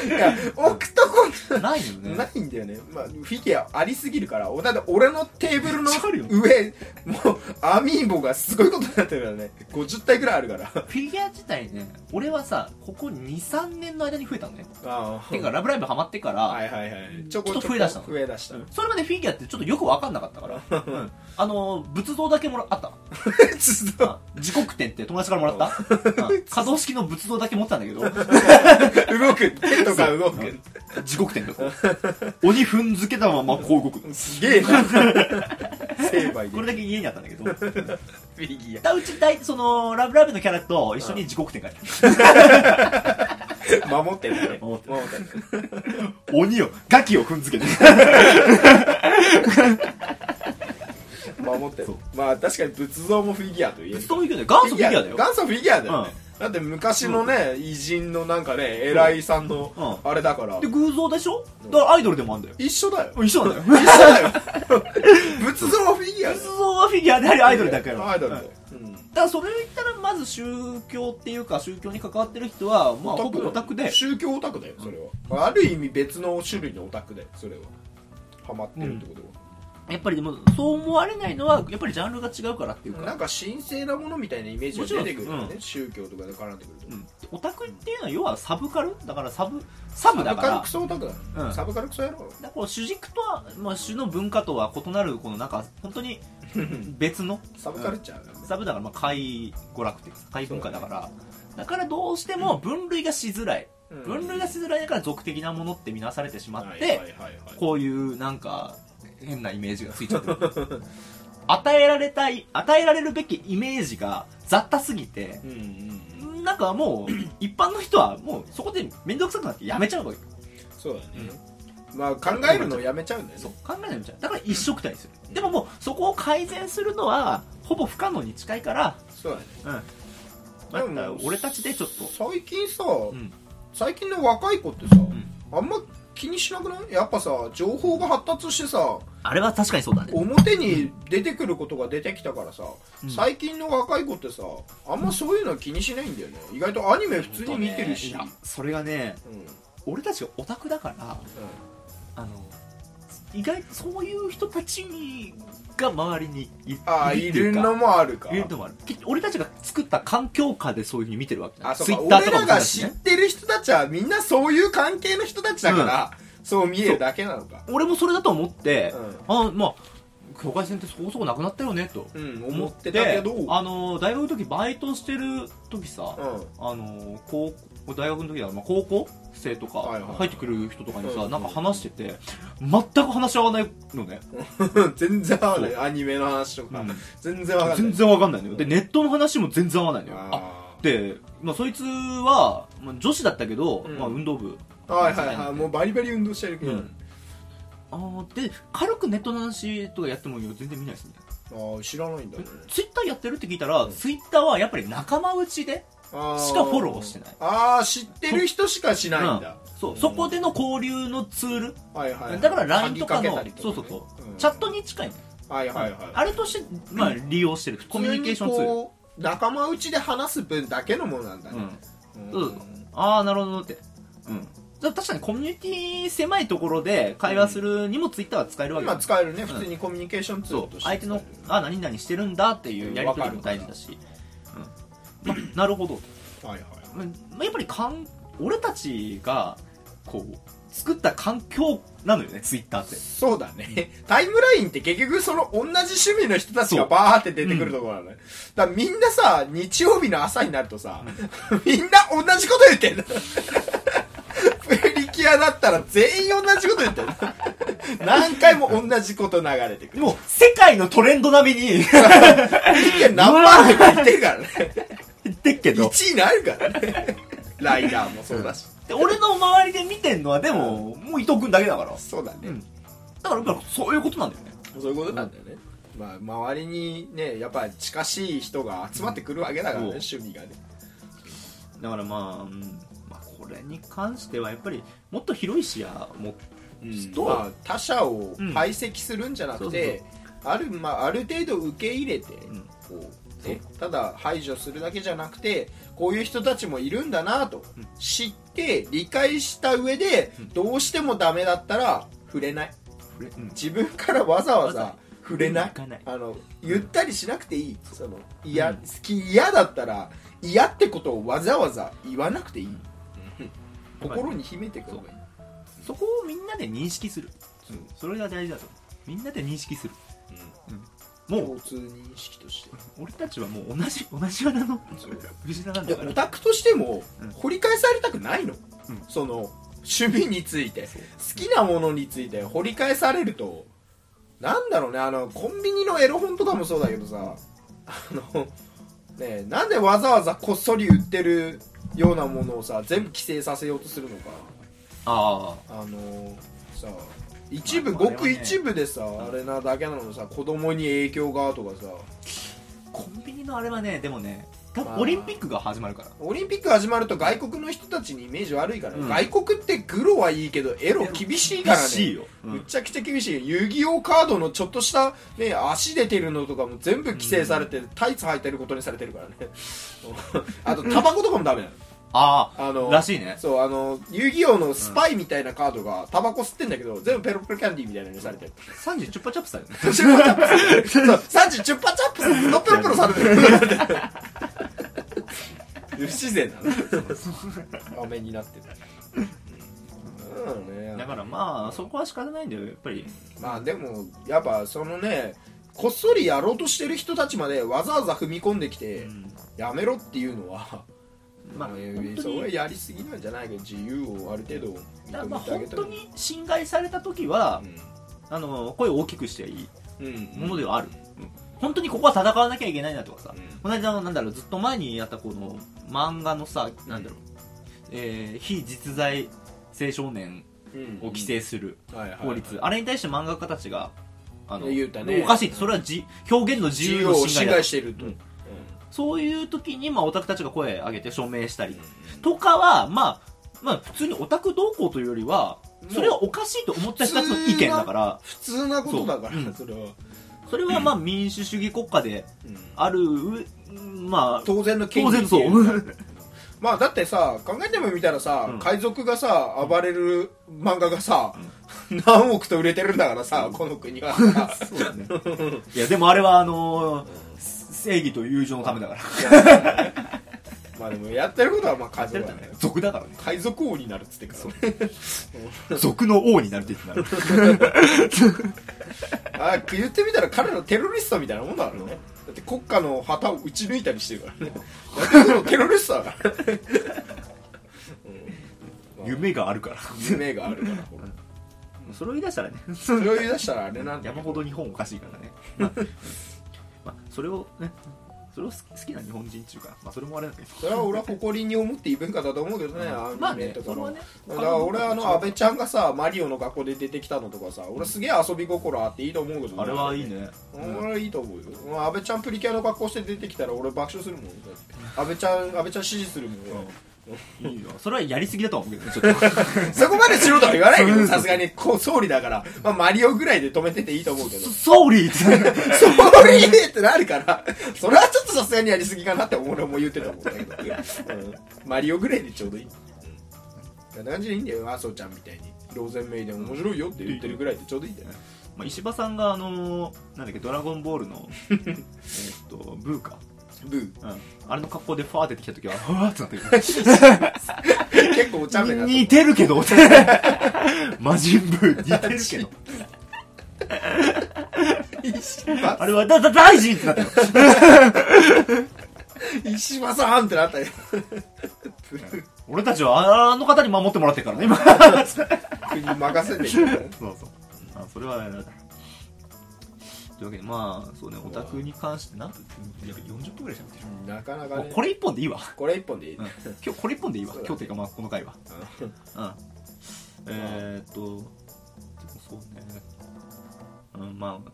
いや、置くとこの。ないよね。ないんだよね、まあ、フィギュアありすぎるからだって俺のテーブルめのっちゃあるよ上もうアミーボがすごいことになってるからね50体ぐらいあるからフィギュア自体ね、俺はさ、ここ2、3年の間に増えたのね。あてか、ラブライブハマってから、はいはいはいちょちょっと増え出したの増え出したのそれまでフィギュアってちょっとよくわかんなかったから、うんあの、仏像だけもらった。ちょっと時刻点って友達からもらった。うん可動式の仏像だけ持ってたんだけど、 動く手とか動く時刻点がこう。鬼踏んづけたままこう動く。すげ えな成敗でこれだけ家にあったんだけど、フィギュだうち大、その、ラブライブのキャラと一緒に時刻点がいる。ア守ってるね守って守ってる鬼を、ガキを踏んづけて。守ってるそうまあ確かに仏像もフィギュアと言える仏像フィギュアだよ。元祖フィギュアだよ。元祖フィギュアだよね、だって昔のね、偉人のなんかね、偉いさんの、うあれだからで、、偶像でしょだからアイドルでもあんだよ。一緒だよ。一緒なんだよ。一緒だよ。仏像はフィギュア仏像はフィギュアでありアイドルだけど。アイドルうだんよ。うんだからそれを言ったらまず宗教っていうか宗教に関わってる人はまあほぼオタクで宗教オタクだよ、それは。ある意味別の種類のオタクだよ、それは。ハマってるってことは。やっぱりでもそう思われないのはやっぱりジャンルが違うからっていうなかんか神聖なものみたいなイメージが出てくるよもちね、ろ宗教とかで絡んでくると。うんオタクっていうのは要はサブカルだからサブサブだかサブカルらクソオタクだよ。うんサブカルクソやろ。だからこう主軸とは、まあ、主の文化とは異なるこのなんか本当に別のサブカルチャーだよね。サブだからまあ怪娯楽っていうか怪文化だからだからどうしても分類がしづらいうん分類がしづらいだから俗的なものって見なされてしまっはいてはいはいはいこういうなんか変なイメージがついちゃってる 与えられたい与えられるべきイメージが雑多すぎてうんうんうんなんか もう一般の人はもうそこで面倒くさくなってやめちゃうわけそうだね、まあ考えるのをやめちゃうんだよそねう考えないみたいだから一色体にするでももうそこを改善するのはほぼ不可能に近いからそうだねだでっもたら俺たちでちょっと最近さ、うん最近の若い子ってさ、んあんま気にしなくないやっぱさ情報が発達してさあれは確かにそうだね表に出てくることが出てきたからさ、うん最近の若い子ってさあんまそういうの気にしないんだよね意外とアニメ普通に見てるし、いやそれがねうんうん俺たちがオタクだからあの意外とそういう人たちが周りにいああいいっているうかのもあるかいるのもあるき俺たちが作った環境下でそういうふうに見てるわけあそうツイかッター俺とからもそうがだ知しっねてる人たちはみんなそういう関係の人たちだから、そう見えるだけなのか俺もそれだと思ってう、んあまあ境界線ってそこそこなくなったよねとうん、思思っっててたけど、あの大学の時バイトしてる時さ、うあの高校大学の時だから、まあ、高校生とはかいはい入ってくる人とかにさ、うんなんか話してて全く話し合わないのね、ん、 全然合わない。アニメの話とか、うん全然わかんな全い。然わかんないのよでネットの話も全然合わないのよああで、まあ、そいつは、まあ、女子だったけど、うんまあ、運動部ーはいはいはい、もうバリバリ運動してるけど、うんあーで軽くネットの話とかやってもいいよ全然見ないですねああ、知らないんだね。ツイッターやってるって聞いたら、ツイッターはやっぱり仲間内であーしかフォローしてないああ、知ってる人しかしないんだ。そうそこでの交流のツール、はいはいはい。だから LINE とか鍵のけたりそうそとうかねそう、んチャットに近いのはいはいはい。あれとして、まあ、利用してるコミュニケーションツ普ー通にこう仲間内で話す分だけのものなんだル、うね。ん、うんそうそうああなるほどってうんじゃあ確かにコミュニティ狭いところで会話するにもツイッターは使えるわけ今だ使えるね、普通にコミュニケーションツーそルとうして。相手の「あ何々してるんだ」っていうやり取りも大事だし、うんまあ、なるほど、はいはい。まあ、やっぱりかん俺たちがこう作った環境なのよねツイッターってそうだね。 タイムラインって結局その同じ趣味の人たちがバーって出てくるところなのね。だからみんなさ、日曜日の朝になるとさ、みんな同じこと言ってんの。プリキュアだったら全員同じこと言ってんの。何回も同じこと流れてくでる。も世界のトレンド並みに プリキュア何パーとか言ってるからね。言ってっけど1位になるからね。ライダーもそうだし。で俺の周りで見てんのはでももう伊藤君だけだからそうだね。だからやっぱそういうことなんだよねそういうことなんだよね。まあ、周りにねやっぱ近しい人が集まってくるわけだからね、趣味がねだからまあ、うんまあ、これに関してはやっぱりもっと広い視野もと、まあ、他者を排斥するんじゃなくて、あるまあ、ある程度受け入れて、んこうねただ排除するだけじゃなくてこういう人たちもいるんだなとうん知って理解した上で、うんどうしてもダメだったら触れない触れうん自分からわざわわざざ触れない行かないあの言ったりしなくていいそのいや、うん好き嫌だったら嫌ってことをわざわざ言わなくていい、心に秘めていく方がいいそこをみんなで認識するうんそれが大事だと思うみんなで認識するもう共通認識として俺たちはもう同じ 同じ穴のそう藤田なんいだやかオらタクとしてもうん掘り返されたくないの、うんその趣味についてそう好きなものについて掘り返されるとなんだろうねあのコンビニのエロ本とかもそうだけどさあのねなんでわざわざこっそり売ってるようなものをさ全部規制させようとするのかああのさ一部、まあごこくれはね一部でさあれなだけなのにさ子供に影響がとかさあコンビニのあれはねでもね多ま分あオリンピックが始まるからオリンピック始まると外国の人たちにイメージ悪いから、ねうん外国ってグロはいいけどエロ厳しいからね厳しいようんむっちゃくちゃ厳しいよ遊戯王カードのちょっとした、ね、足出てるのとかも全部規制されて、タイツ履いてることにされてるからね あとタバコとかもダメなのあああのらしいねそうあの遊戯王のスパイみたいなカードがタバコ吸ってんだけど全部ペロペロキャンディーみたいなのにされてる3時チュッパチャップスだよねチュッパチャップスそうサンジチュッパチャップスずっとペロペロされてる不自然だな画面になってるうんだねからまあそこは仕方ないんだよやっぱりまあでもやっぱそのねこっそりやろうとしてる人たちまでわざわざ踏み込んできて、やめろっていうのは、まあもう本そ当れはにやりすぎなんじゃないか自由をある程度だから認まあめてあ本げた当に侵害された時はあの声を大きくしていいうんうんものではある本当にここは戦わなきゃいけないなとかさうんこの間のなんだろうずっと前にやったこの漫画のさなんだろうえー非実在青少年うんを規制するはいはい法律あれに対して漫画家たちがあの言ったねおかしいってそれはじ表現の自自由由のを侵侵害だ害していると、ううんんそういう時にまあオタクたちが声上げて署名したりとかはまあまあ普通にオタク同行というよりはそれはおかしいと思った人たちの意見だから普通なことだからそううそ,、んれは、それはまあ民主主義国家であるうまあ当然の権当利然そう まあだってさ考えてもみたらさ、うん海賊がさ暴れる漫画がさ、何億と売れてるんだからさ、この国はそうだねいやでもあれはあのー正義と友情のためだから まあでもやってることはまあ海賊だね族だからね海賊王になるっつってからね族の王になるって言ってなるあ言ってみたら彼らテロリストみたいなもんだからね、だって国家の旗を打ち抜いたりしてるからねやってることテロリストだ からね、うんまあ夢があるから夢があるからほらそれを言い出したらねそれを言い出したらあれなんだ山ほど日本おかしいからね、まあまあ、それをねそれを好き好きな日本人っていうか、まあ、それもあれなんだけどそれは俺は誇りに思っていい文化だと思うけどね、アニメまあねとかそれもはねだから俺はあの安倍ちゃんがさマリオの学校で出てきたのとかさ俺すげえ遊び心あっていいと思うけどねあれはいいねうん俺はいいと思うようん安倍ちゃんプリキュアの格好して出てきたら俺爆笑するもんだって安倍ちゃん安倍ちゃん支持するもん俺いいよそれはやりすぎだとは思うけどねちょっとそこまでしろとは言わないけどさすがにこう総理だから、まあ、マリオぐらいで止めてていいと思うけ どソーリー って総理ってなるからそれはちょっとさすがにやりすぎかなって俺も言ってたもんだけど、うんマリオぐらいでちょうどいいこんな感じでいいんだよ麻生ちゃんみたいにローゼンメイでも面白いよって言ってるぐらいでちょうどいいんだよまあ石破さんがあのーなんだっけドラゴンボールのえーっとブーか、ブーうん、あれの格好でファー出てきた時はファーってなってくる結構お茶目な似てるけど魔人ブー似てるけど石破あれはだだ大臣ってなってる石破さんってなったよブー俺たちはあの方に守ってもらってるからね今国任せてるからそうそう。あ、それはあれだ。というわけで、まあ、そうね、オタクに関して何分いや ?40 分くらい喋ってる。なかなかもうねこれ一本でいいわ。これ一本でいい、うん今日これ一本でいいわ。そうだね今日というか、まあ、この回は。うん。えーっと、でもそうね。うん、まあ、オタ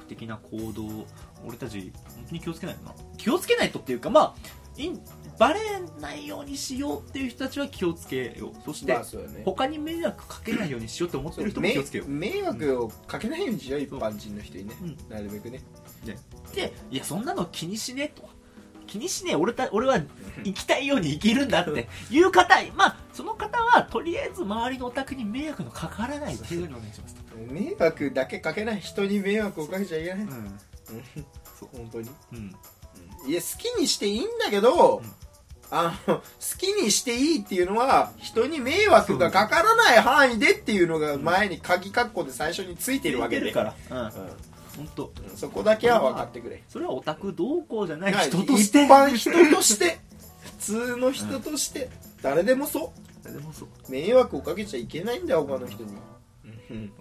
ク的な行動を俺たち本当に気をつけないとな気をつけないとっていうかまあいんバレないようにしようっていう人たちは気をつけようそして、まあそうだね他に迷惑かけないようにしようって思ってる人も気をつけよう迷迷惑をかけないようにしよう一般人の人にねうんなるべくねでいやそんなの気にしねえと気にしねえ俺た俺は生きたいように生きるんだっていう方まあその方はとりあえず周りのお宅に迷惑のかからない程度にお願いしますと、迷惑だけかけない人に迷惑をかけちゃいけないそう本当にうん、いや好きにしていいんだけど、うんあの好きにしていいっていうのは人に迷惑がかからない範囲でっていうのが前に鍵括弧で最初についてるわけでるから、うん、う本当んそこだけは分かってくれそれはオタク同行じゃない人とし一て般人として普通の人として、誰でもそでもそうう迷惑をかけちゃいけないんだよ他の人に、うん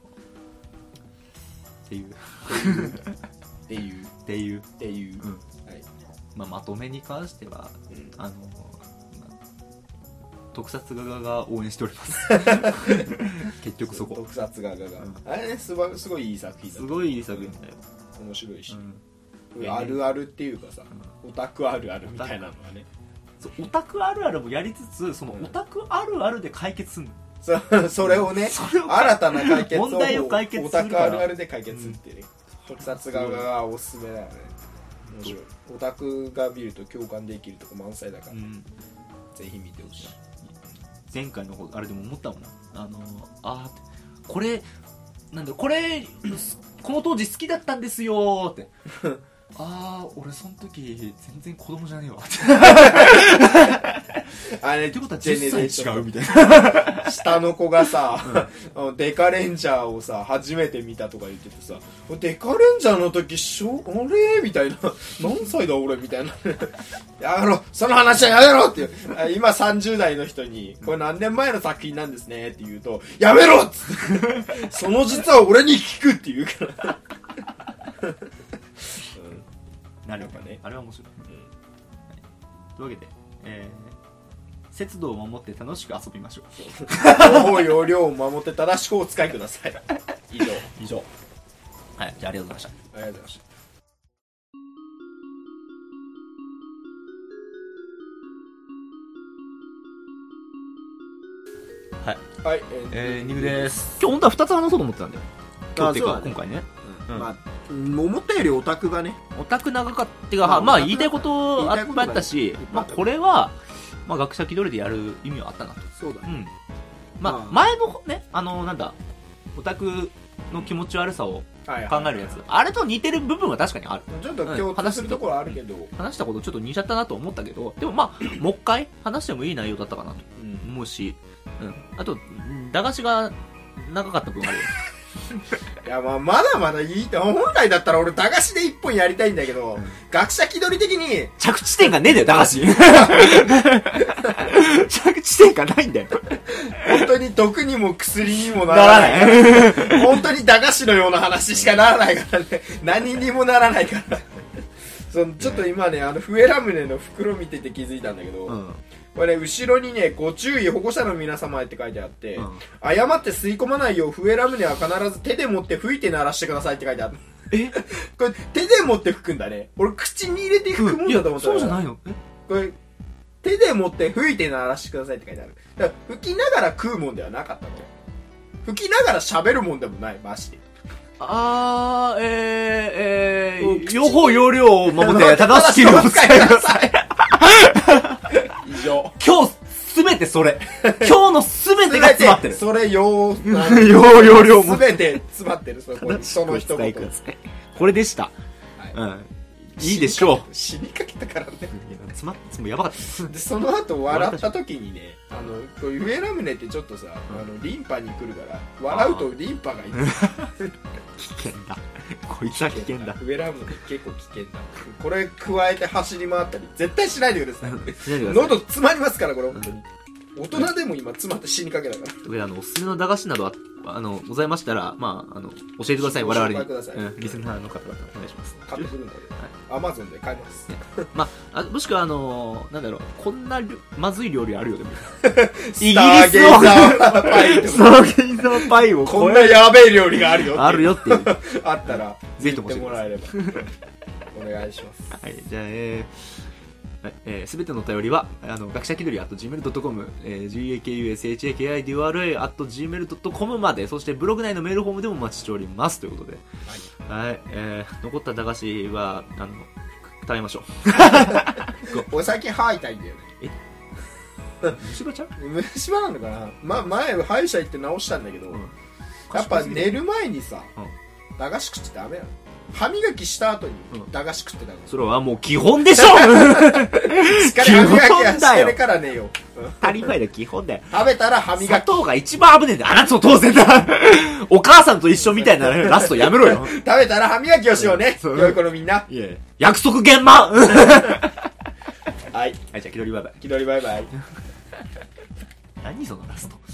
っていうっていうっていう、っていう、うんはいまあ、まとめに関してはうんあのまあ特撮側が応援しております 結局そこ特撮画家が、うんあれねすばすごいいい作品だすごいいい作品だよ、面白いし、うんうんあるあるっていうかさ、オタクあるあるみたいなのはねそうオタクあるあるもやりつつそのうんオタクあるあるで解決するの、そそれをねそれを新たな解決を問題を解決するからオタクあるあるで解決ってね、特撮側がおすすめだよね面白いオタクが見ると共感できるとこ満載だから、うんぜひ見てほしい前回のあれでも思ったもんなあのあーこれなんだこれ この当時好きだったんですよ ーってああ俺その時全然子供じゃねえ わってあれってことは10歳違うみたいな下の子がさ、あのデカレンジャーをさ初めて見たとか言っててさデカレンジャーの時しょあれみたいな何歳だ俺みたいな やめろその話はやめろっていうあ今30代の人にこれ何年前の作品なんですねって言うとやめろっつってその実は俺に聞くって言うから なるほやっぱねあれは面白いうんうんというわけでえー節度を守って楽しく遊びましょう 情報容量を守って正しくお使いください以上以上はいじゃあありがとうございましたありがとうございましたはい、はい、えー、ニグです今日本当は2つ話そうと思ってたんだよ今日っていうかあそうだね今回ねうんまあ、思ったよりオタクがね、オタク長かったっていうか、ままああ、オタク言いたいことあいっぱいあったしいっぱいあっまあ、たこれは、まあ、学者気取りでやる意味はあったなと、そうだうね。んまあまあ前のねあのなんだオタクの気持ち悪さをはい考えるやつあれと似てる部分は確かにあるつ。ちょっとう今ん日話すするるとところあるけど、話したことちょっと似ちゃったなと思ったけどでもま あもう一回話してもいい内容だったかなとうん思うし、うん、あと駄菓子が長かった分あるよいやまあまだまだいいって本来だったら俺駄菓子で一本やりたいんだけど、学者気取り的に 着地点がねえんだよ駄菓 子着地点がないんだよ本当に毒にも薬にもななららないない本当に駄菓子のような話しかならない からね何にもならないからそのちょっと今ねあの笛ラムネの袋見てて気づいたんだけど、うんこれね後ろにね「ご注意保護者の皆様へ」って書いてあって、うん誤って吸い込まないよう笛ラムネは必ず手で持って吹いて鳴らしてくださいって書いてあるえこれ手で持って吹くんだね俺口に入れて吹くもんだと思ったそうじゃいないのえこれ手で持って吹いて鳴らしてくださいって書いてあるだから吹きながら食うもんではなかったのよ吹きながら喋るもんでもないマジであー、えうー、んえー、両方容量を守って正しい量を使いくなださい。さい以上今日、すべてそ れ。今日のすべてが詰まってる。それ用 容容量すもべて詰まってるそこにその一使い言ください。これでした。はいうん。いいでしょう。死にかけたからねいや詰まって、もうやばかった。でその後笑った時にねあのこういう上ラムネってちょっとさ、あのリンパに来るから笑うとリンパがいく危険だ。こいつは危険 だ。上ラムネ結構危険だこれ加えて走り回ったり絶対しないでくださしいないでください喉詰まりますからこれ本当に大人でも今妻って死にかけだからというわけであのおすすめの駄菓子などああのございましたら、まあ、あの教えてください我々にご紹介くださいうん、リスナーの方々お願いします買ってくるんだけどアマゾンで買いますまあ、あもしくはあのーなんだろうこんなりょまずい料理あるよでもスターゲイザーパ イとスタかーゲイザーパイを こ超んえなやべえ料理があるよあるよっていう、はあったらぜひとも言ってもらえればお願いしますい、じゃあえーはいえー、すべてのお便りは、あの、学者気取り at gmail.com、えー、gakushakidura at gmail.com まで、そしてブログ内のメールフォームでもお待ちしております。ということで、はい、えー、残った駄菓子は、あの、食べましょう。俺最近歯痛いんだよね後ろちゃん虫歯なのかな、ま、前歯医者行って治したんだけど、んやっぱ寝る前にさ、う駄菓子食っちゃダメなの歯磨きした後にうん駄菓子食ってたの、それはもう基本 でしょ疲れ歯磨きは基本だしよてるからねよ、うん当たり前だよ、基本だよ。食べたら歯磨砂き糖が一番危ねえんだよ。あなたも当然だ。 お母さんと一緒みたいなラストやめろよ。食べたら歯磨きをしようねそう良い子のみんないや約束現場 ははいい、じゃあ、気取りバイバイ。気取りバイバイ何そのラスト。